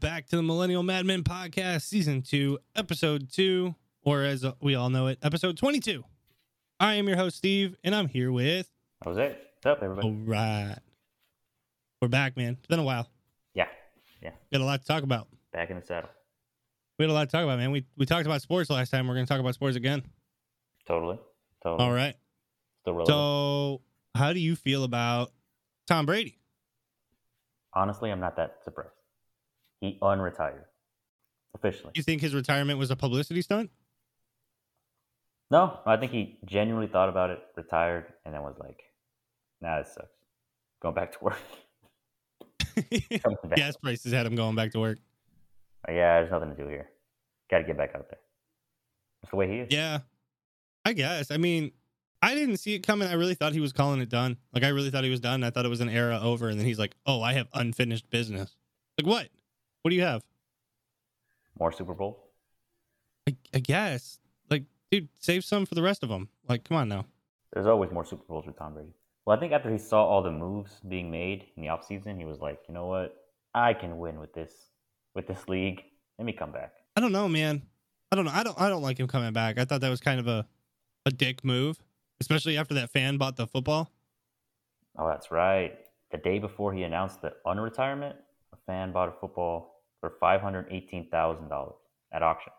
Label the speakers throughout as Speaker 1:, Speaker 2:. Speaker 1: back to the Millennial Mad Men podcast, season two, episode two, or as we all know it, episode 22. I am your host, Steve, and I'm here with.
Speaker 2: That was it. What's up, everybody?
Speaker 1: All right. We're back, man. It's been a while.
Speaker 2: Yeah,
Speaker 1: We had a lot to talk about.
Speaker 2: back in the saddle.
Speaker 1: We had a lot to talk about, man. We, we talked about sports last time. We're going to talk about sports again.
Speaker 2: Totally. Totally.
Speaker 1: All right. Oh.
Speaker 2: Still relevant.
Speaker 1: So, how do you feel about Tom Brady?
Speaker 2: Honestly, I'm not that surprised. He unretired officially.
Speaker 1: Do you think his retirement was a publicity stunt?
Speaker 2: No, I think he genuinely thought about it, retired, and then was like, "Nah, this sucks. Going back to work." Coming back.
Speaker 1: Gas prices had him going back to work.
Speaker 2: Like, yeah, there's nothing to do here. Got to get back out there. That's the way he is.
Speaker 1: Yeah, I guess. I mean, I didn't see it coming. I really thought he was calling it done. Like, I really thought he was done. I thought it was an era over. And then he's like, oh, I have unfinished business. Like, what? What do you have?
Speaker 2: More Super Bowls.
Speaker 1: I, I guess. Like, dude, save some for the rest of them. Like, come on now.
Speaker 2: There's always more Super Bowls with Tom Brady. Well, I think after he saw all the moves being made in the offseason, he was like, you know what? I can win with this with this league. Let me come back.
Speaker 1: I don't know, man. I don't know. I don't. I don't like him coming back. I thought that was kind of a, a dick move, especially after that fan bought the football.
Speaker 2: Oh, that's right. The day before he announced the unretirement, a fan bought a football for five hundred eighteen thousand dollars at auction.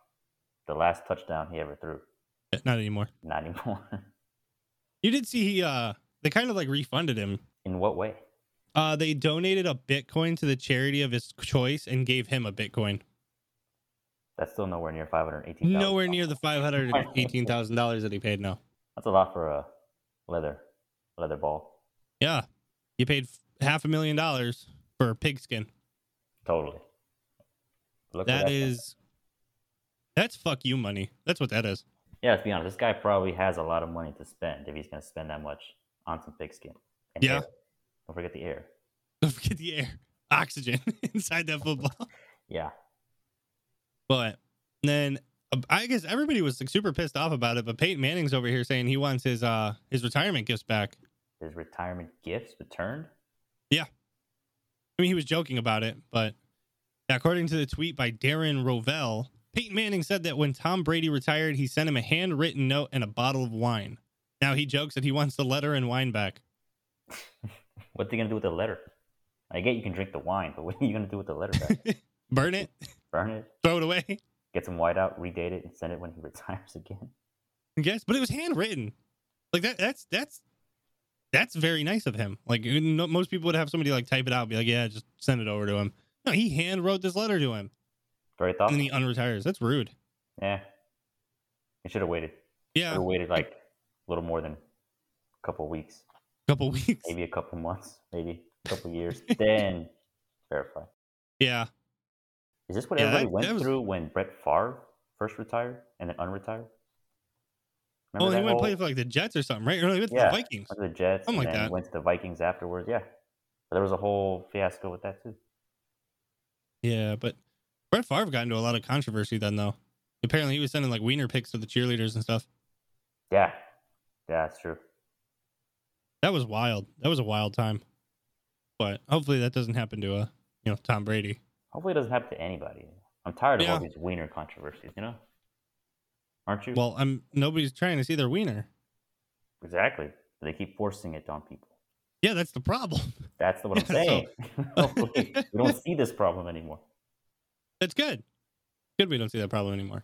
Speaker 2: The last touchdown he ever threw.
Speaker 1: Eh, Not anymore.
Speaker 2: Not anymore.
Speaker 1: You did see he. Uh, they kind of like refunded him.
Speaker 2: in what way?
Speaker 1: Uh, they donated a Bitcoin to the charity of his choice and gave him a Bitcoin.
Speaker 2: That's still nowhere near five hundred eighteen.
Speaker 1: Nowhere near the five hundred and eighteen thousand dollars that he paid. No.
Speaker 2: That's a lot for a leather leather ball.
Speaker 1: Yeah, you paid f- half a million dollars for a pigskin.
Speaker 2: Totally. Look at
Speaker 1: That is. That's fuck you money. That's what that is.
Speaker 2: Yeah, let's be honest. This guy probably has a lot of money to spend if he's going to spend that much on some pigskin. And
Speaker 1: Yeah.
Speaker 2: air. Don't forget the air.
Speaker 1: Don't forget the air, oxygen inside that football.
Speaker 2: Yeah.
Speaker 1: But then uh, I guess everybody was like super pissed off about it. But Peyton Manning's over here saying he wants his uh his retirement gifts back.
Speaker 2: His retirement gifts returned.
Speaker 1: I mean, he was joking about it, but according to the tweet by Darren Rovell, Peyton Manning said that when Tom Brady retired, he sent him a handwritten note and a bottle of wine. Now he jokes that he wants the letter and wine back.
Speaker 2: What's he going to do with the letter? I get you can drink the wine, but what are you going to do with the letter back?
Speaker 1: Burn it,
Speaker 2: Burn it,
Speaker 1: throw it away.
Speaker 2: get some white out, redate it, and send it when he retires again.
Speaker 1: I guess, but it was handwritten. Like that. That's that's that's very nice of him. Like you know, most people would have somebody like type it out, be like, yeah, just send it over to him. No, he hand wrote this letter to him,
Speaker 2: Very
Speaker 1: and
Speaker 2: thoughtful.
Speaker 1: then he unretires. That's rude.
Speaker 2: yeah. He should have waited. Should
Speaker 1: Yeah,
Speaker 2: have waited like a little more than a couple weeks,
Speaker 1: couple weeks.
Speaker 2: maybe a couple months, maybe a couple years. then verify.
Speaker 1: Yeah,
Speaker 2: Is this what
Speaker 1: Yeah,
Speaker 2: everybody
Speaker 1: that-
Speaker 2: went
Speaker 1: that was-
Speaker 2: through when Brett Favre first retired and then unretired?
Speaker 1: well, he
Speaker 2: Remember that
Speaker 1: went and
Speaker 2: whole-
Speaker 1: played for like the Jets or something, right? Or like, with
Speaker 2: Yeah.
Speaker 1: the Vikings.
Speaker 2: went to the Jets
Speaker 1: something
Speaker 2: and
Speaker 1: like
Speaker 2: then
Speaker 1: that.
Speaker 2: went to the Vikings afterwards? Yeah. But there was a whole fiasco with that too.
Speaker 1: Yeah, but Brett Favre got into a lot of controversy then, though. Apparently, he was sending like wiener pics to the cheerleaders and stuff.
Speaker 2: Yeah. Yeah, that's true.
Speaker 1: That was wild. That was a wild time. But hopefully, that doesn't happen to a you know Tom Brady.
Speaker 2: Hopefully it doesn't happen to anybody. I'm tired of all
Speaker 1: Yeah.
Speaker 2: these wiener controversies, you know? Aren't you?
Speaker 1: Well, I'm nobody's trying to see their wiener.
Speaker 2: exactly. They keep forcing it on people.
Speaker 1: Yeah, that's the problem.
Speaker 2: That's what I'm
Speaker 1: Yeah, so-
Speaker 2: saying. Hopefully we don't see this problem anymore.
Speaker 1: That's good. Good, we don't see that problem anymore.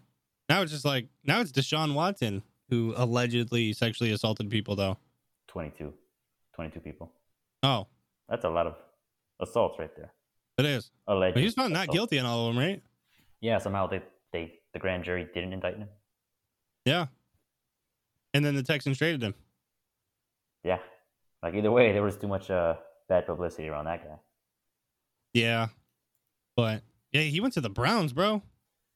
Speaker 1: Now it's just like now it's Deshaun Watson who allegedly sexually assaulted people, though.
Speaker 2: 22. 22 people.
Speaker 1: Oh,
Speaker 2: That's a lot of assaults right there.
Speaker 1: it is.
Speaker 2: Alleged.
Speaker 1: But he was found not
Speaker 2: assault.
Speaker 1: guilty on all of them, right?
Speaker 2: Yeah, somehow they, they the grand jury didn't indict him.
Speaker 1: Yeah. And then the Texans traded him.
Speaker 2: Yeah. Like either way, there was too much uh, bad publicity around that guy.
Speaker 1: Yeah. But yeah, he went to the Browns, bro.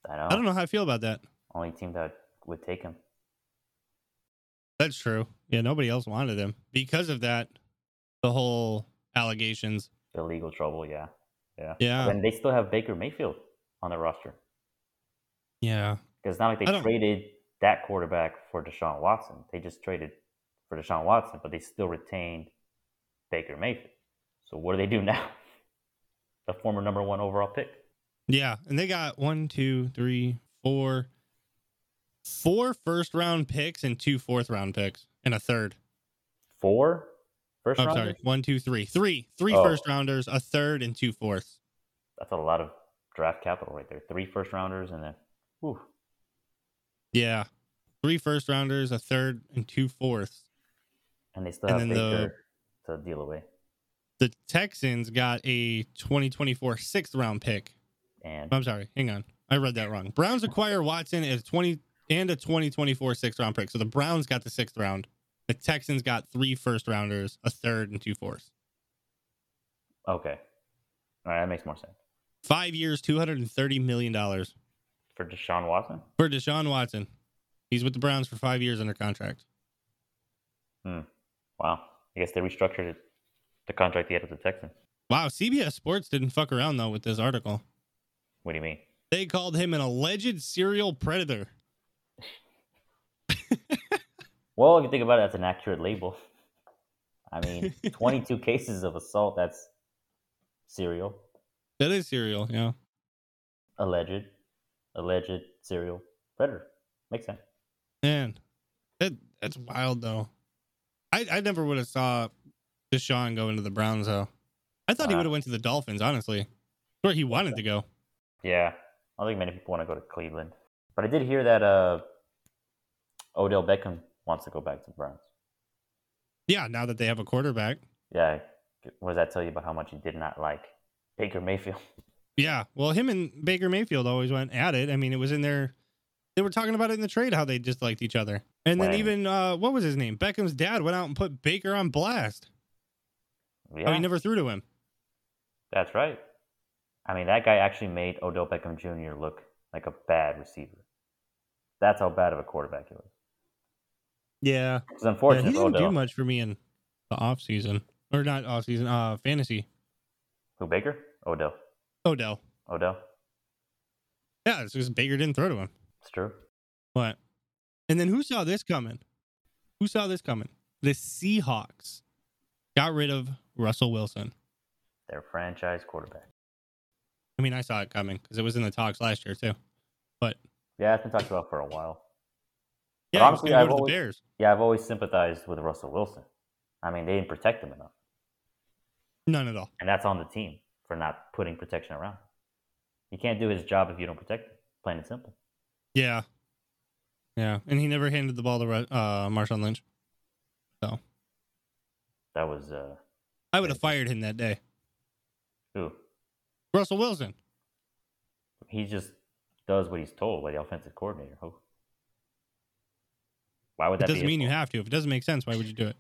Speaker 2: I know.
Speaker 1: I don't know how I feel about that.
Speaker 2: Only team that would take him.
Speaker 1: That's true. Yeah, nobody else wanted him. Because of that, the whole allegations.
Speaker 2: The legal trouble, yeah. Yeah.
Speaker 1: Yeah.
Speaker 2: And they still have Baker Mayfield on their roster.
Speaker 1: Yeah.
Speaker 2: Because it's not like
Speaker 1: I
Speaker 2: they
Speaker 1: don't-
Speaker 2: traded that quarterback for Deshaun Watson. They just traded for Deshaun Watson, but they still retained Baker Mayfield. So what do they do now? The former number one overall pick.
Speaker 1: Yeah, and they got one, two, three, four, four first round picks and two fourth round picks and a third. Oh,
Speaker 2: Four first
Speaker 1: I'm
Speaker 2: rounders?
Speaker 1: sorry, one, two, three, three, three
Speaker 2: Oh.
Speaker 1: first rounders, a third, and two fourths.
Speaker 2: That's a lot of draft capital right there. Three first rounders and then whew,
Speaker 1: Yeah, three first rounders, a third, and two fourths.
Speaker 2: and they still
Speaker 1: And
Speaker 2: have
Speaker 1: then the-
Speaker 2: Baker to deal away.
Speaker 1: The Texans got a 2024 sixth round pick.
Speaker 2: And
Speaker 1: I'm sorry, hang on, I read that wrong. Browns acquire Watson as 20 and a 2024 sixth round pick. So the Browns got the sixth round. The Texans got three first rounders, a third, and two fourths.
Speaker 2: okay. All right, that makes more sense.
Speaker 1: Five years, two hundred and thirty million dollars
Speaker 2: For Deshaun Watson?
Speaker 1: for Deshaun Watson. He's with the Browns for five years under contract.
Speaker 2: Wow. I guess they restructured it- the contract he had with the Texans.
Speaker 1: Wow, CBS Sports didn't fuck around though with this article.
Speaker 2: What do you mean?
Speaker 1: They called him an alleged serial predator.
Speaker 2: Well, if you think about it, that's an accurate label. I mean, 22 cases of assault, that's serial,
Speaker 1: That is serial, yeah.
Speaker 2: alleged, alleged serial predator. Makes sense.
Speaker 1: Man, that that's wild though. I I never would have saw Deshaun go into the Browns though. I thought he
Speaker 2: Wow.
Speaker 1: would have went to the Dolphins. Honestly, It's where he wanted to go.
Speaker 2: Yeah. I don't think many people want to go to Cleveland. But I did hear that uh, Odell Beckham wants to go back to the Browns.
Speaker 1: Yeah, now that they have a quarterback.
Speaker 2: Yeah. What does that tell you about how much he did not like Baker Mayfield?
Speaker 1: Yeah, well, him and Baker Mayfield always went at it. I mean, it was in their. They were talking about it in the trade how they disliked each other, and then
Speaker 2: Right.
Speaker 1: even uh, what was his name? Beckham's dad went out and put Baker on blast.
Speaker 2: Yeah.
Speaker 1: Oh, he never threw to him.
Speaker 2: That's right. I mean, that guy actually made Odell Beckham Jr. look like a bad receiver. That's how bad of a quarterback he was.
Speaker 1: Yeah,
Speaker 2: It's
Speaker 1: yeah he
Speaker 2: unfortunate. for
Speaker 1: didn't
Speaker 2: Odell.
Speaker 1: do much for me in the off season or not off season. Uh, fantasy
Speaker 2: Who Baker? Odell.
Speaker 1: Odell.
Speaker 2: Odell.
Speaker 1: Yeah, it's because Baker didn't throw to him.
Speaker 2: It's true.
Speaker 1: But and then who saw this coming? Who saw this coming? The Seahawks got rid of Russell Wilson.
Speaker 2: Their franchise quarterback.
Speaker 1: I mean, I saw it coming because it was in the talks last year too.
Speaker 2: Yeah, it's been talked about for a while.
Speaker 1: Yeah, he was
Speaker 2: honestly,
Speaker 1: gonna
Speaker 2: I've
Speaker 1: go to
Speaker 2: always-
Speaker 1: the Bears.
Speaker 2: Yeah, I've always sympathized with Russell Wilson. I mean, they didn't protect him enough,
Speaker 1: None at all.
Speaker 2: and that's on the team for not putting protection around. him. You can't do his job if you don't protect him. Plain and simple.
Speaker 1: Yeah, yeah, and he never handed the ball to Ru- uh, Marshawn Lynch.
Speaker 2: That was uh,
Speaker 1: I would have fired him that day.
Speaker 2: ooh.
Speaker 1: Russell Wilson.
Speaker 2: he just does what he's told by the offensive coordinator. Who? Why would
Speaker 1: It
Speaker 2: that
Speaker 1: doesn't
Speaker 2: be? his
Speaker 1: mean you
Speaker 2: fault?
Speaker 1: have to. If it doesn't make sense, why would you do it?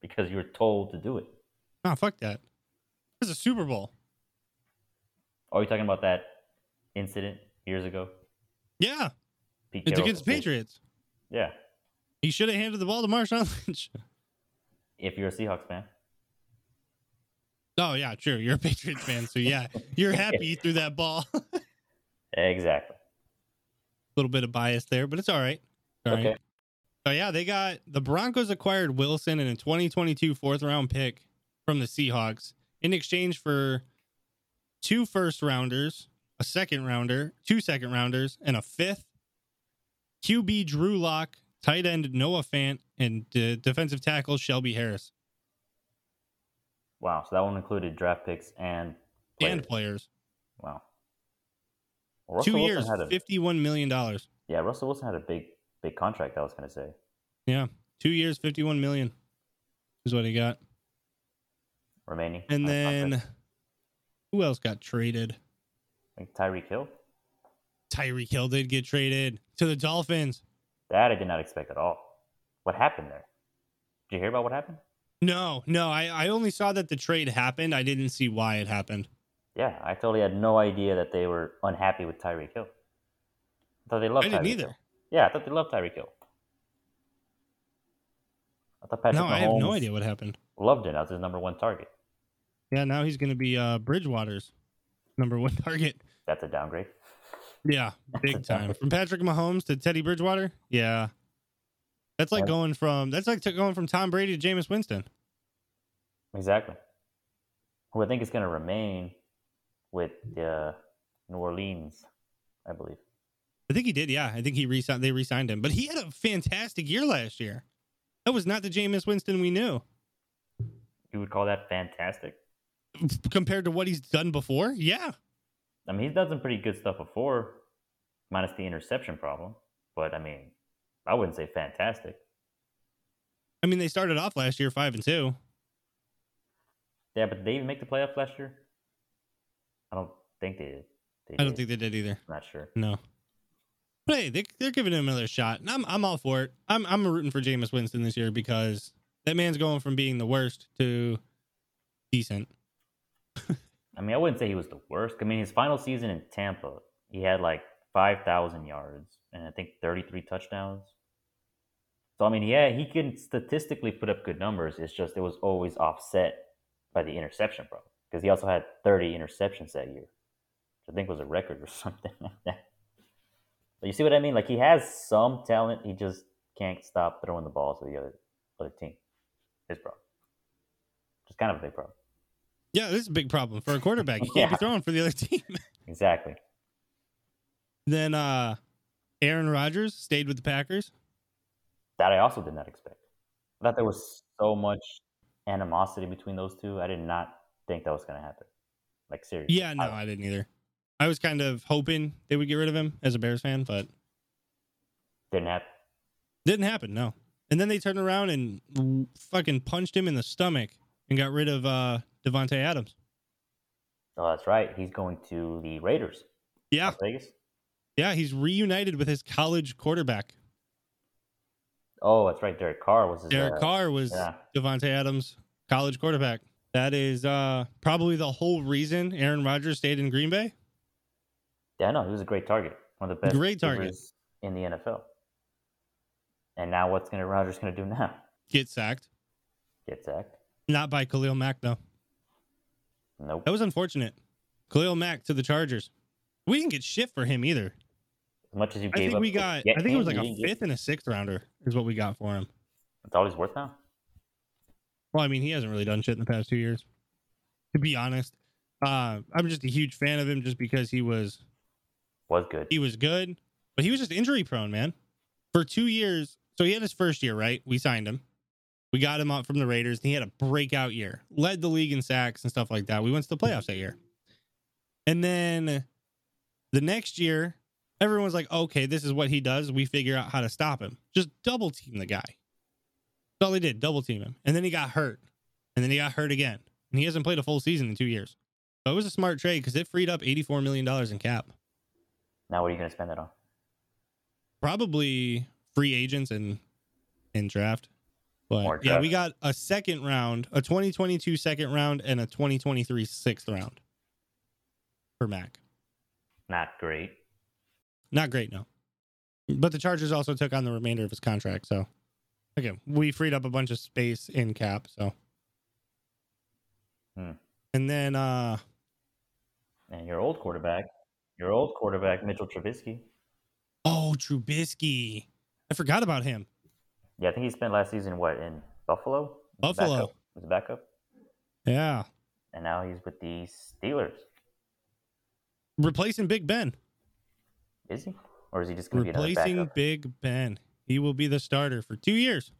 Speaker 2: because you were told to do it.
Speaker 1: Nah, fuck that. This is a Super Bowl.
Speaker 2: Are you Oh, talking about that incident years ago?
Speaker 1: Yeah,
Speaker 2: Pete
Speaker 1: it's
Speaker 2: Carroll
Speaker 1: against the
Speaker 2: Patri-
Speaker 1: Patriots.
Speaker 2: Yeah.
Speaker 1: He should have handed the ball to Marshawn Lynch.
Speaker 2: If you're a Seahawks fan,
Speaker 1: Oh yeah, true. You're a Patriots fan, so yeah, you're happy you threw that ball. A
Speaker 2: exactly.
Speaker 1: little bit of bias there, but it's all right. All right.
Speaker 2: Okay.
Speaker 1: So yeah, they got the Broncos acquired Wilson in a 2022 fourth round pick from the Seahawks in exchange for two first rounders, a second rounder, two second rounders, and a fifth. QB Drew Lock, tight end Noah Fant, and uh, defensive tackle Shelby Harris,
Speaker 2: Wow. So that one included draft picks and
Speaker 1: and
Speaker 2: players.
Speaker 1: players.
Speaker 2: wow. Well, Russell
Speaker 1: Two
Speaker 2: Wilson
Speaker 1: years,
Speaker 2: had a
Speaker 1: fifty-one million dollars.
Speaker 2: yeah. Russell Wilson had a big big contract. I was gonna say.
Speaker 1: Two years, fifty-one million is what he got.
Speaker 2: Remaining.
Speaker 1: And
Speaker 2: on his contract.
Speaker 1: then who else got traded?
Speaker 2: I think Tyreek Hill.
Speaker 1: Tyreek Hill did get traded to the Dolphins.
Speaker 2: That I did not expect at all. What happened there? Did you hear about what happened?
Speaker 1: No, no, I, I only saw that the trade happened. I didn't see why it happened.
Speaker 2: Yeah, I totally had no idea that they were unhappy with Tyreek Hill. I thought they loved
Speaker 1: I didn't
Speaker 2: Tyreek
Speaker 1: either.
Speaker 2: Hill. Yeah, I thought they loved Tyreek Hill. I thought Patrick
Speaker 1: No, I have
Speaker 2: Mahomes
Speaker 1: no idea what happened.
Speaker 2: loved him. That was his number one target.
Speaker 1: Yeah, now he's going to be uh, Bridgewater's number one target.
Speaker 2: That's a downgrade.
Speaker 1: Yeah, big time. From Patrick Mahomes to Teddy Bridgewater. Yeah. That's like
Speaker 2: Yeah.
Speaker 1: going from that's like to going from Tom Brady to Jameis Winston.
Speaker 2: Exactly. Who I think is going to remain with the uh, New Orleans, I believe.
Speaker 1: I think he did. Yeah, I think he resigned. They re-signed him, but he had a fantastic year last year. That was not the Jameis Winston we knew
Speaker 2: You would call that fantastic.
Speaker 1: compared to what he's done before. Yeah,
Speaker 2: I mean, he's done some pretty good stuff before, minus the interception problem. But I mean, I wouldn't say fantastic.
Speaker 1: I mean they started off last year five and two.
Speaker 2: Yeah, but did they even make the playoffs last year? I don't think they did. They
Speaker 1: I don't think
Speaker 2: did.
Speaker 1: they did either.
Speaker 2: Not sure.
Speaker 1: No. But hey, they, they're giving him another shot, and I'm I'm all for it. I'm I'm rooting for Jameis Winston this year because that man's going from being the worst to decent.
Speaker 2: I mean, I wouldn't say he was the worst. I mean, his final season in Tampa, he had like 5,000 yards and I think 33 touchdowns. So, I mean, yeah, he can statistically put up good numbers. It's just it was always offset by the interception problem because he also had 30 interceptions that year, which I think was a record or something like that. But you see what I mean? Like, he has some talent. He just can't stop throwing the ball to the other, other team. His problem. Just kind of a big problem.
Speaker 1: Yeah, this is a big problem for a quarterback. You can't
Speaker 2: Yeah.
Speaker 1: be throwing for the other team.
Speaker 2: Exactly.
Speaker 1: then uh Aaron Rodgers stayed with the Packers.
Speaker 2: That I also did not expect. I thought there was so much animosity between those two. I did not think that was going to happen. Like seriously.
Speaker 1: Yeah, no, I didn't either. I was kind of hoping they would get rid of him as a Bears fan, but
Speaker 2: didn't happen.
Speaker 1: didn't happen. No. And then they turned around and fucking punched him in the stomach and got rid of uh Devontae Adams.
Speaker 2: Oh, that's right. He's going to the Raiders.
Speaker 1: Yeah.
Speaker 2: Las Vegas.
Speaker 1: Yeah, he's reunited with his college quarterback.
Speaker 2: Oh, that's right. Derek Carr was his.
Speaker 1: Derek
Speaker 2: uh,
Speaker 1: Carr was
Speaker 2: Yeah.
Speaker 1: Devonte Adams' college quarterback. That is uh, probably the whole reason Aaron Rodgers stayed in Green Bay.
Speaker 2: Yeah, no, he was a great target. One of the best.
Speaker 1: Great target.
Speaker 2: receivers in the NFL. And now what's going to Rogers going to do now?
Speaker 1: Get sacked,
Speaker 2: Get sacked?
Speaker 1: not by Khalil Mack though.
Speaker 2: Nope.
Speaker 1: That was unfortunate. Khalil Mack to the Chargers. We didn't get shit for him either.
Speaker 2: As much as you
Speaker 1: I
Speaker 2: gave
Speaker 1: think
Speaker 2: up
Speaker 1: we
Speaker 2: to
Speaker 1: got.
Speaker 2: get
Speaker 1: I think it was like
Speaker 2: him, you
Speaker 1: a
Speaker 2: didn't get-
Speaker 1: fifth and a sixth rounder is what we got for him.
Speaker 2: That's all he's worth now.
Speaker 1: Well, I mean, he hasn't really done shit in the past two years, to be honest. Uh, I'm just a huge fan of him just because he was
Speaker 2: Was good.
Speaker 1: he was good, but he was just injury prone, man. For two years, so he had his first year, right? We signed him. We got him up from the Raiders, and he had a breakout year. Led the league in sacks and stuff like that. We went to the playoffs that year. And then the next year, everyone's like, okay, this is what he does. We figure out how to stop him. Just double team the guy. That's all they did, double team him. And then he got hurt. And then he got hurt again. And he hasn't played a full season in two years. So it was a smart trade because it freed up $84 million in cap
Speaker 2: Now what are you going to spend it on?
Speaker 1: probably free agents and and draft. But
Speaker 2: Or
Speaker 1: yeah,
Speaker 2: draft.
Speaker 1: we got a second round, a 2022 second round, and a 2023 sixth round for Mac.
Speaker 2: Not great.
Speaker 1: Not great, no. But the Chargers also took on the remainder of his contract. So again, we freed up a bunch of space in cap. So
Speaker 2: Hmm.
Speaker 1: and then uh
Speaker 2: And your old quarterback, your old quarterback, Mitchell Trubisky.
Speaker 1: oh Trubisky. I forgot about him.
Speaker 2: Yeah, I think he spent last season what in Buffalo. As a
Speaker 1: Buffalo.
Speaker 2: backup- as a backup,
Speaker 1: Yeah.
Speaker 2: and now he's with the Steelers.
Speaker 1: Replacing Big Ben.
Speaker 2: Is he, or is he just going to be another
Speaker 1: replacing
Speaker 2: backup?
Speaker 1: Big Ben. He will be the starter for two years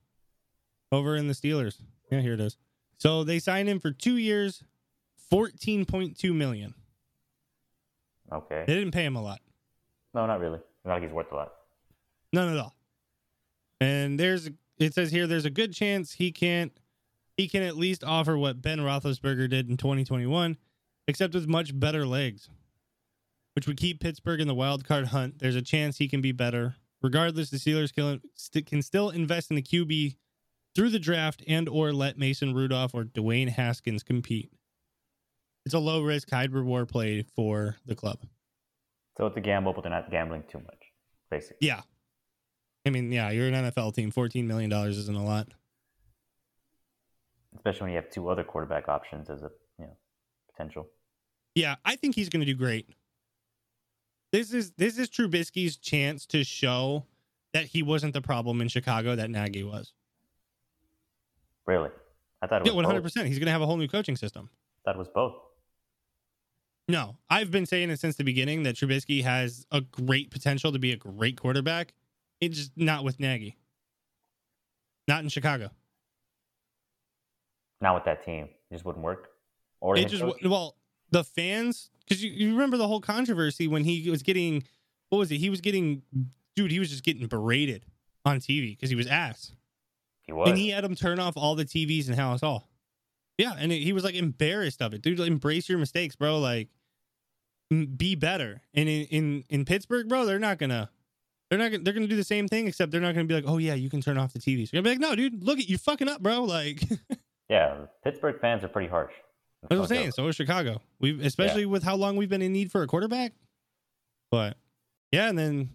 Speaker 1: over in the Steelers. Yeah, here it is. So they signed him for two years, fourteen point two million.
Speaker 2: Okay,
Speaker 1: They didn't pay him a lot,
Speaker 2: no, not really. Not like he's worth a lot.
Speaker 1: none at all. And there's it says here there's a good chance he can't he can at least offer what Ben Roethlisberger did in 2021, except with much better legs, which would keep Pittsburgh in the wild card hunt. There's a chance he can be better. Regardless, the Steelers can, st- can still invest in the QB through the draft and or let Mason Rudolph or Dwayne Haskins compete. It's a low risk, high reward play for the club.
Speaker 2: So it's a gamble, but they're not gambling too much, basically.
Speaker 1: Yeah. I mean, yeah, you're an NFL team. $14 million isn't a lot.
Speaker 2: Especially when you have two other quarterback options as a you know potential.
Speaker 1: Yeah, I think he's going to do great. This is this is Trubisky's chance to show that he wasn't the problem in Chicago that Nagy was.
Speaker 2: Really, I thought it was
Speaker 1: Yeah, one hundred
Speaker 2: both.
Speaker 1: percent. He's going to have a whole new coaching system.
Speaker 2: Thought it was both.
Speaker 1: No, I've been saying it since the beginning that Trubisky has a great potential to be a great quarterback. It's just not with Nagy. Not in Chicago.
Speaker 2: Not with that team. It just wouldn't work. Or
Speaker 1: It just well, the fans because you, you remember the whole controversy when he was getting what was it? He was getting dude. He was just getting berated on TV because he was ass,
Speaker 2: he was.
Speaker 1: and he had him turn off all the TVs in house all. Yeah, and he was like embarrassed of it, dude. Like, embrace your mistakes, bro. Like, m- be better. And in in in Pittsburgh, bro, they're not gonna. They're not. Gonna, they're gonna do the same thing, except they're not gonna be like, "Oh yeah, you can turn off the TVs." They're gonna be like, "No, dude, look at you fucking up, bro." Like,
Speaker 2: yeah, the Pittsburgh fans are pretty harsh.
Speaker 1: That's what I'm saying. So is Chicago. We've especially with how long we've been in need for a quarterback. But yeah, and then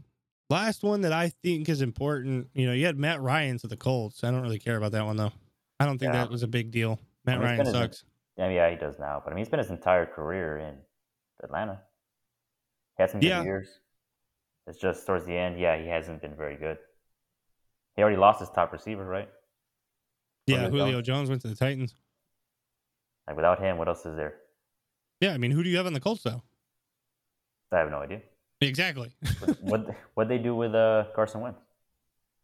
Speaker 1: last one that I think is important, you know, you had Matt Ryan to the Colts. I don't really care about that one though. I don't think
Speaker 2: Yeah.
Speaker 1: that was a big deal. Matt
Speaker 2: I mean, it's
Speaker 1: Ryan
Speaker 2: been his-
Speaker 1: sucks.
Speaker 2: Yeah, I mean, yeah, he does now. But I mean, he spent his entire career in Atlanta. He had some good
Speaker 1: Yeah.
Speaker 2: years. It's just towards the end, yeah, he hasn't been very good. He already lost his top receiver, right?
Speaker 1: Yeah,
Speaker 2: Julio
Speaker 1: Julio Jones went to the Titans.
Speaker 2: Like without him, what else is there?
Speaker 1: Yeah, I mean, who do you have on the Colts though?
Speaker 2: I have no idea.
Speaker 1: Exactly.
Speaker 2: What what what they do with uh, Carson Wentz?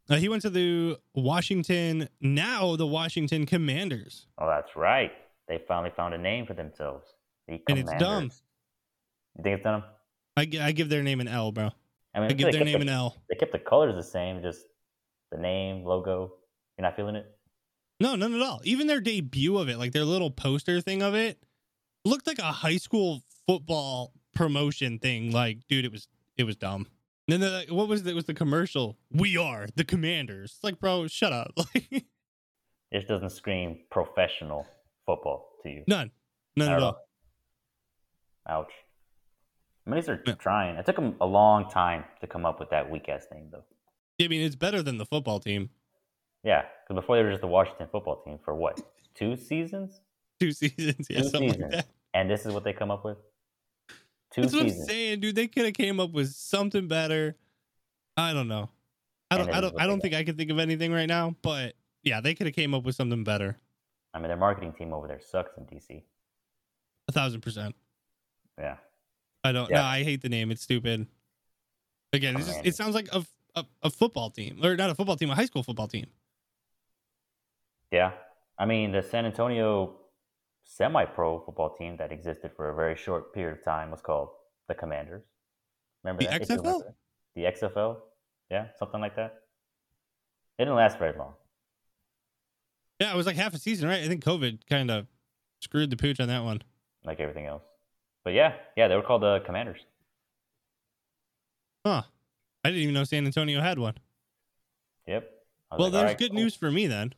Speaker 1: Uh, he went to the Washington, now the Washington Commanders.
Speaker 2: Oh, that's right. They finally found a name for themselves. The
Speaker 1: And it's dumb.
Speaker 2: Commanders. You think it's dumb?
Speaker 1: I, gi- I give their name an L, bro.
Speaker 2: I mean,
Speaker 1: I
Speaker 2: feel
Speaker 1: give
Speaker 2: they
Speaker 1: their
Speaker 2: kept
Speaker 1: name
Speaker 2: the,
Speaker 1: an L.
Speaker 2: They kept the colors the same, just the name, logo. You're not feeling it.
Speaker 1: No, none at all. Even their debut of it, like their little poster thing of it, looked like a high school football promotion thing. Like, dude, it was it was dumb. And then they're like, what was it? Was the commercial? We are the Commanders. It's like, bro, shut up. Like,
Speaker 2: It just doesn't scream professional football to you.
Speaker 1: none, none
Speaker 2: Not
Speaker 1: at
Speaker 2: at
Speaker 1: all.
Speaker 2: Ouch. I mean, these are
Speaker 1: Yeah.
Speaker 2: trying. It took them a long time to come up with that weak ass name, though.
Speaker 1: I mean, it's better than the football team.
Speaker 2: Yeah, because before they were just the Washington football team for what two seasons,
Speaker 1: Two seasons, yeah,
Speaker 2: Two
Speaker 1: something like
Speaker 2: seasons.
Speaker 1: that.
Speaker 2: and this is what they come up with. Two
Speaker 1: That's what I'm
Speaker 2: seasons.
Speaker 1: saying, dude. They could have came up with something better. I don't know. I
Speaker 2: And
Speaker 1: don't. I
Speaker 2: it is
Speaker 1: don't.
Speaker 2: what
Speaker 1: I
Speaker 2: they
Speaker 1: don't
Speaker 2: got.
Speaker 1: think I can think of anything right now. But yeah, they could have came up with something better.
Speaker 2: I mean, their marketing team over there sucks in DC.
Speaker 1: A thousand percent.
Speaker 2: Yeah,
Speaker 1: I don't.
Speaker 2: Yeah. Um,
Speaker 1: No, I hate the name. It's stupid. Again, it's just, it
Speaker 2: Commanders.
Speaker 1: sounds like a, a a football team or not a football team, a high school football team.
Speaker 2: yeah. I mean, the San Antonio semi-pro football team that existed for a very short period of time was called the Commanders. Remember
Speaker 1: The
Speaker 2: that? They still
Speaker 1: XFL?
Speaker 2: remember that? The XFL, yeah, something like that. It didn't last very long.
Speaker 1: Yeah, it was like half a season, right? I think COVID kind of screwed the pooch on that one.
Speaker 2: like everything else. But yeah, yeah, they were called the Commanders.
Speaker 1: Huh. I didn't even know San Antonio had one.
Speaker 2: Yep. I was
Speaker 1: Well,
Speaker 2: like,
Speaker 1: there's
Speaker 2: "Alright,
Speaker 1: good
Speaker 2: cool."
Speaker 1: news for me then.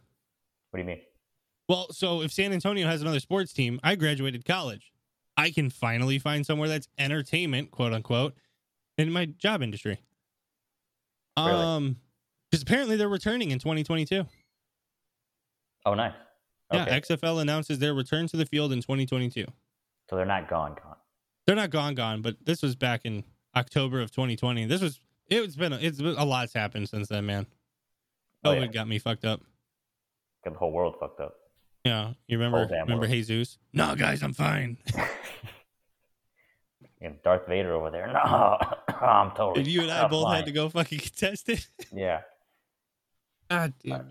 Speaker 2: What do you mean?
Speaker 1: Well, so if San Antonio has another sports team, I graduated college. I can finally find somewhere that's entertainment, quote unquote, in my job industry.
Speaker 2: Really?
Speaker 1: Um, because apparently they're returning in 2022.
Speaker 2: Oh, nice.
Speaker 1: Yeah,
Speaker 2: Okay.
Speaker 1: XFL announces their return to the field in 2022.
Speaker 2: so they're not gone, gone.
Speaker 1: They're not gone, gone, but this was back in October of 2020. This was it's been it's been- a lot's happened since then, man.
Speaker 2: Oh,
Speaker 1: COVID
Speaker 2: yeah.
Speaker 1: got me fucked up.
Speaker 2: Got the whole world fucked up.
Speaker 1: Yeah, you remember
Speaker 2: Whole damn
Speaker 1: remember
Speaker 2: world.
Speaker 1: Jesus? No, guys, I'm fine.
Speaker 2: You know, Darth Vader over there. No, I'm totally.
Speaker 1: And you and I
Speaker 2: I'm
Speaker 1: both had
Speaker 2: fine."
Speaker 1: to go fucking get tested.
Speaker 2: Yeah.
Speaker 1: God damn. it.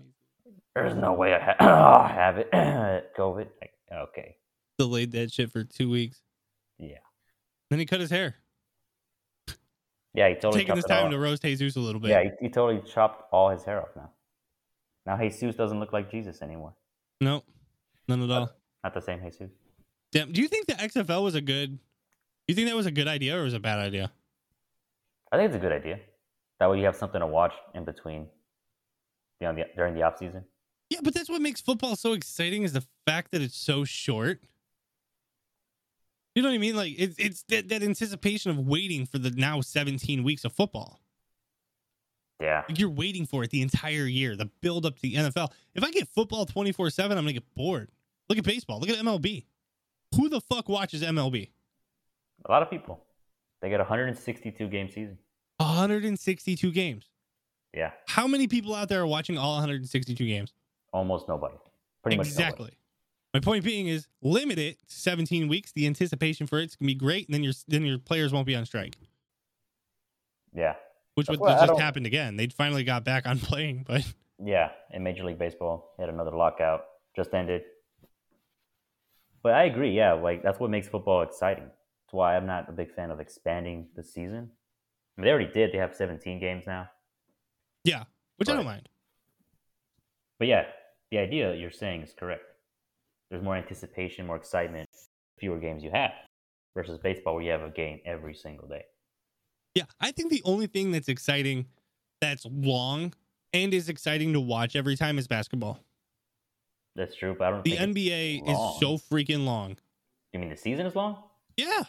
Speaker 2: There's no way I ha- I'll have it. COVID. Like, okay.
Speaker 1: Delayed that shit for two weeks.
Speaker 2: Yeah.
Speaker 1: Then he cut his hair.
Speaker 2: Yeah, he totally
Speaker 1: Taking
Speaker 2: chopped
Speaker 1: this
Speaker 2: it all
Speaker 1: time
Speaker 2: off.
Speaker 1: to roast Jesus a little bit.
Speaker 2: Yeah, he, he totally chopped all his hair off now. Now Jesus doesn't look like Jesus anymore.
Speaker 1: Nope. None at all.
Speaker 2: Not the same Jesus.
Speaker 1: Damn. Do you think the XFL was a good you think that was a good idea or was it a bad idea?
Speaker 2: I think it's a good idea. That way you have something to watch in between, you know, the, during the off season.
Speaker 1: Yeah, but that's what makes football so exciting is the fact that it's so short. You know what I mean? Like it's it's that, that anticipation of waiting for the now 17 weeks of football.
Speaker 2: Yeah,
Speaker 1: Like you're waiting for it the entire year, the build up to the NFL. If I get football 24/7, I'm going to get bored. Look at baseball, look at MLB. Who the fuck watches MLB?
Speaker 2: a lot of people. They got a 162 game season.
Speaker 1: 162 games.
Speaker 2: Yeah,
Speaker 1: How many people out there are watching all 162 games?
Speaker 2: almost nobody. Pretty much
Speaker 1: exactly. My point being is limit it to 17 weeks. The anticipation for it's gonna be great, and then your then your players won't be on strike,
Speaker 2: Yeah.
Speaker 1: which would
Speaker 2: Well, I
Speaker 1: just
Speaker 2: don't-
Speaker 1: happened again. They finally got back on playing, but
Speaker 2: Yeah, in Major League Baseball, had another lockout just ended. But I agree, yeah, like that's what makes football exciting. That's why I'm not a big fan of expanding the season. I mean, they already did; they have 17 games now.
Speaker 1: yeah, which I don't
Speaker 2: Right.
Speaker 1: mind.
Speaker 2: But yeah, the idea you're saying is correct. There's more anticipation, more excitement, fewer games you have versus baseball where you have a game every single day.
Speaker 1: Yeah, I think the only thing that's exciting, that's long, and is exciting to watch every time is basketball.
Speaker 2: That's true, but I don't
Speaker 1: The
Speaker 2: think
Speaker 1: NBA
Speaker 2: it's- long.
Speaker 1: is so freaking long.
Speaker 2: you mean the season is long?
Speaker 1: Yeah,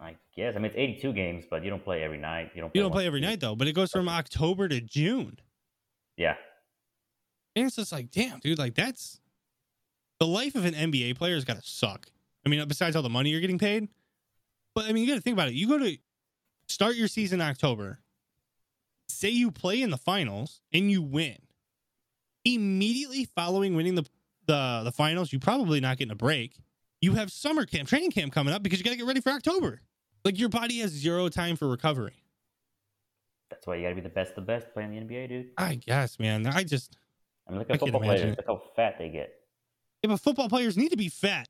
Speaker 2: I guess. I mean, it's 82 games, but you don't play every night. You don't.
Speaker 1: you don't
Speaker 2: once
Speaker 1: play every
Speaker 2: a
Speaker 1: night
Speaker 2: week.
Speaker 1: though, but it goes from October to June.
Speaker 2: Yeah,
Speaker 1: And it's just like, damn, dude, like that's the life of an NBA player's gotta suck. I mean, besides all the money you're getting paid. But I mean, you gotta think about it. You go to start your season in October, say you play in the finals and you win. Immediately following winning the the, the finals, you're probably not getting a break. You have summer camp, training camp coming up because you gotta get ready for October. Like your body has zero time for recovery.
Speaker 2: That's why you got to be the best of the best playing the NBA, dude.
Speaker 1: I guess, man. I just
Speaker 2: I mean, look
Speaker 1: I
Speaker 2: at
Speaker 1: can
Speaker 2: football
Speaker 1: imagine
Speaker 2: players.
Speaker 1: it.
Speaker 2: Look how fat they get.
Speaker 1: yeah, but football players need to be fat.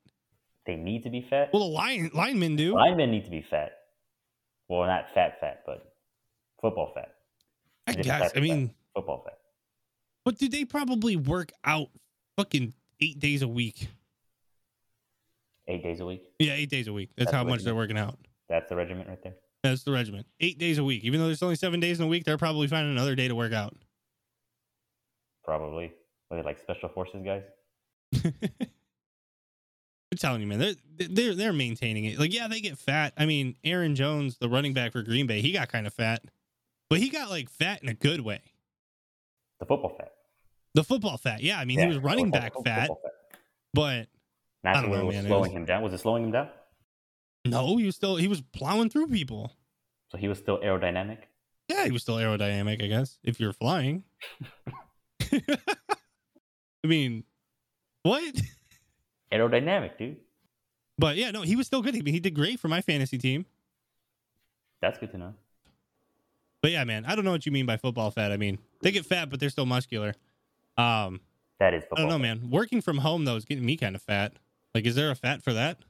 Speaker 2: They need to be fat.
Speaker 1: Well, the lion linemen do.
Speaker 2: Linemen need to be fat. Well, not fat, fat, but football fat.
Speaker 1: I
Speaker 2: Different
Speaker 1: guess.
Speaker 2: type
Speaker 1: I
Speaker 2: of fat.
Speaker 1: mean,
Speaker 2: Football fat.
Speaker 1: but do they probably work out fucking eight days a week?
Speaker 2: Eight days a week.
Speaker 1: Yeah, eight days a week. That's,
Speaker 2: That's
Speaker 1: how
Speaker 2: the
Speaker 1: much
Speaker 2: regimen.
Speaker 1: they're working out.
Speaker 2: That's the regiment right there.
Speaker 1: That's the regiment. Eight days a week. Even though there's only seven days in a week, they're probably finding another day to work out.
Speaker 2: Probably. Were they like special forces guys?
Speaker 1: I'm telling you, man, they're they're they're maintaining it. Like, yeah, they get fat. I mean, Aaron Jones, the running back for Green Bay, he got kind of fat, but he got like fat in a good way.
Speaker 2: The football fat.
Speaker 1: The football fat. Yeah, I mean, he was running back fat, but I
Speaker 2: Not
Speaker 1: don't
Speaker 2: the way
Speaker 1: know,
Speaker 2: it was
Speaker 1: man. It
Speaker 2: slowing
Speaker 1: was-
Speaker 2: him down. Was it slowing him down?
Speaker 1: no, he was still he was plowing through people.
Speaker 2: So he was still aerodynamic.
Speaker 1: Yeah, he was still aerodynamic, I guess, if you're flying. I mean, what?
Speaker 2: Aerodynamic, dude.
Speaker 1: But yeah, no, he was still good. He, he did great for my fantasy team.
Speaker 2: That's good to know.
Speaker 1: But yeah, man, I don't know what you mean by football fat. I mean, they get fat, but they're still muscular. Um,
Speaker 2: That is
Speaker 1: I
Speaker 2: football.
Speaker 1: don't know,
Speaker 2: fat.
Speaker 1: man. Working from home though is getting me kind of fat. Like, is there a fat for that?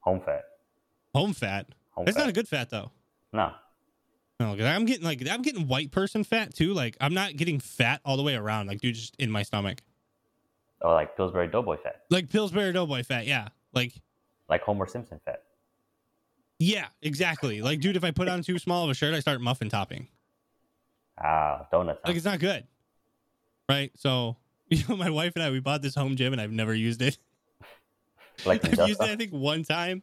Speaker 2: Home fat.
Speaker 1: Home fat.
Speaker 2: Home
Speaker 1: That's
Speaker 2: fat.
Speaker 1: not a good fat though.
Speaker 2: no.
Speaker 1: No, 'cause I'm getting like I'm getting white person fat too. Like, I'm not getting fat all the way around. Like, dude, just in my stomach.
Speaker 2: Or like Pillsbury Doughboy fat.
Speaker 1: Like Pillsbury Doughboy fat. Yeah. Like.
Speaker 2: Like Homer Simpson fat.
Speaker 1: Yeah, exactly. Like, dude, if I put on too small of a shirt, I start muffin topping.
Speaker 2: Ah, donuts. huh?
Speaker 1: Like, it's not good. Right. So, you know, my wife and I, we bought this home gym and I've never used it.
Speaker 2: Like the
Speaker 1: I've used
Speaker 2: dust.
Speaker 1: it,
Speaker 2: huh?
Speaker 1: I think, one time.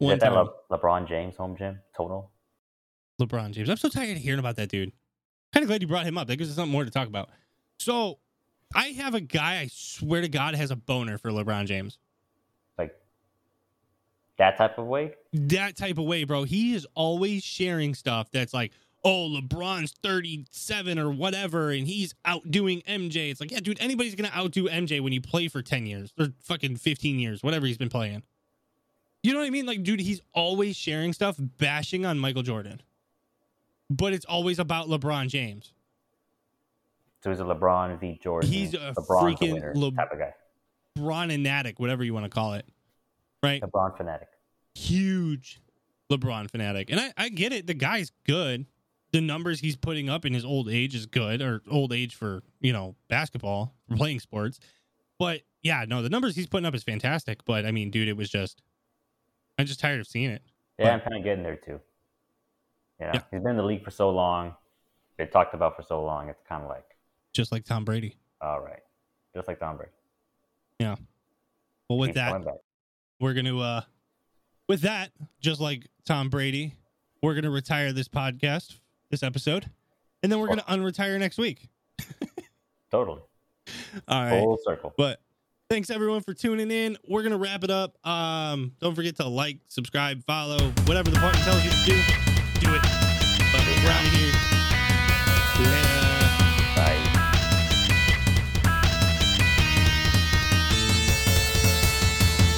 Speaker 2: Is
Speaker 1: One
Speaker 2: that
Speaker 1: time.
Speaker 2: that Le- LeBron James home gym total?
Speaker 1: LeBron James. I'm so tired of hearing about that dude. Kind of glad you brought him up. That gives us something more to talk about. So, I have a guy, I swear to God, has a boner for LeBron James.
Speaker 2: Like that type of way?
Speaker 1: that type of way, bro. He is always sharing stuff that's like, oh, LeBron's 37 or whatever, and he's outdoing MJ. It's like, yeah, dude, anybody's going to outdo MJ when you play for 10 years or fucking 15 years, whatever he's been playing. You know what I mean? Like, dude, he's always sharing stuff, bashing on Michael Jordan, but it's always about LeBron James.
Speaker 2: So he's a LeBron v Jordan.
Speaker 1: He's a
Speaker 2: LeBron's the
Speaker 1: freaking
Speaker 2: winner
Speaker 1: Le-
Speaker 2: type of guy.
Speaker 1: Bronanatic, whatever you want to call it. Right?
Speaker 2: LeBron fanatic.
Speaker 1: huge LeBron fanatic. And I, I get it. The guy's good. The numbers he's putting up in his old age is good, or old age for, you know, basketball, for playing sports. But yeah, no, the numbers he's putting up is fantastic. But I mean, dude, it was just, I'm just tired of seeing it.
Speaker 2: Yeah, I'm kind of getting there too. You know, he's been in the league for so long, been talked about for so long. It's kind of like,
Speaker 1: Just like Tom Brady.
Speaker 2: all right, just like Don Brady.
Speaker 1: Well, with
Speaker 2: He's
Speaker 1: that,
Speaker 2: going back.
Speaker 1: we're going to, uh, with that, just like Tom Brady, we're going to retire this podcast, this episode, and then we're going to unretire next week.
Speaker 2: totally
Speaker 1: All right.
Speaker 2: full circle.
Speaker 1: But thanks everyone for tuning in. We're gonna wrap it up. Um, don't forget to like, subscribe, follow, whatever the button tells you to do, do it. But we're out of here.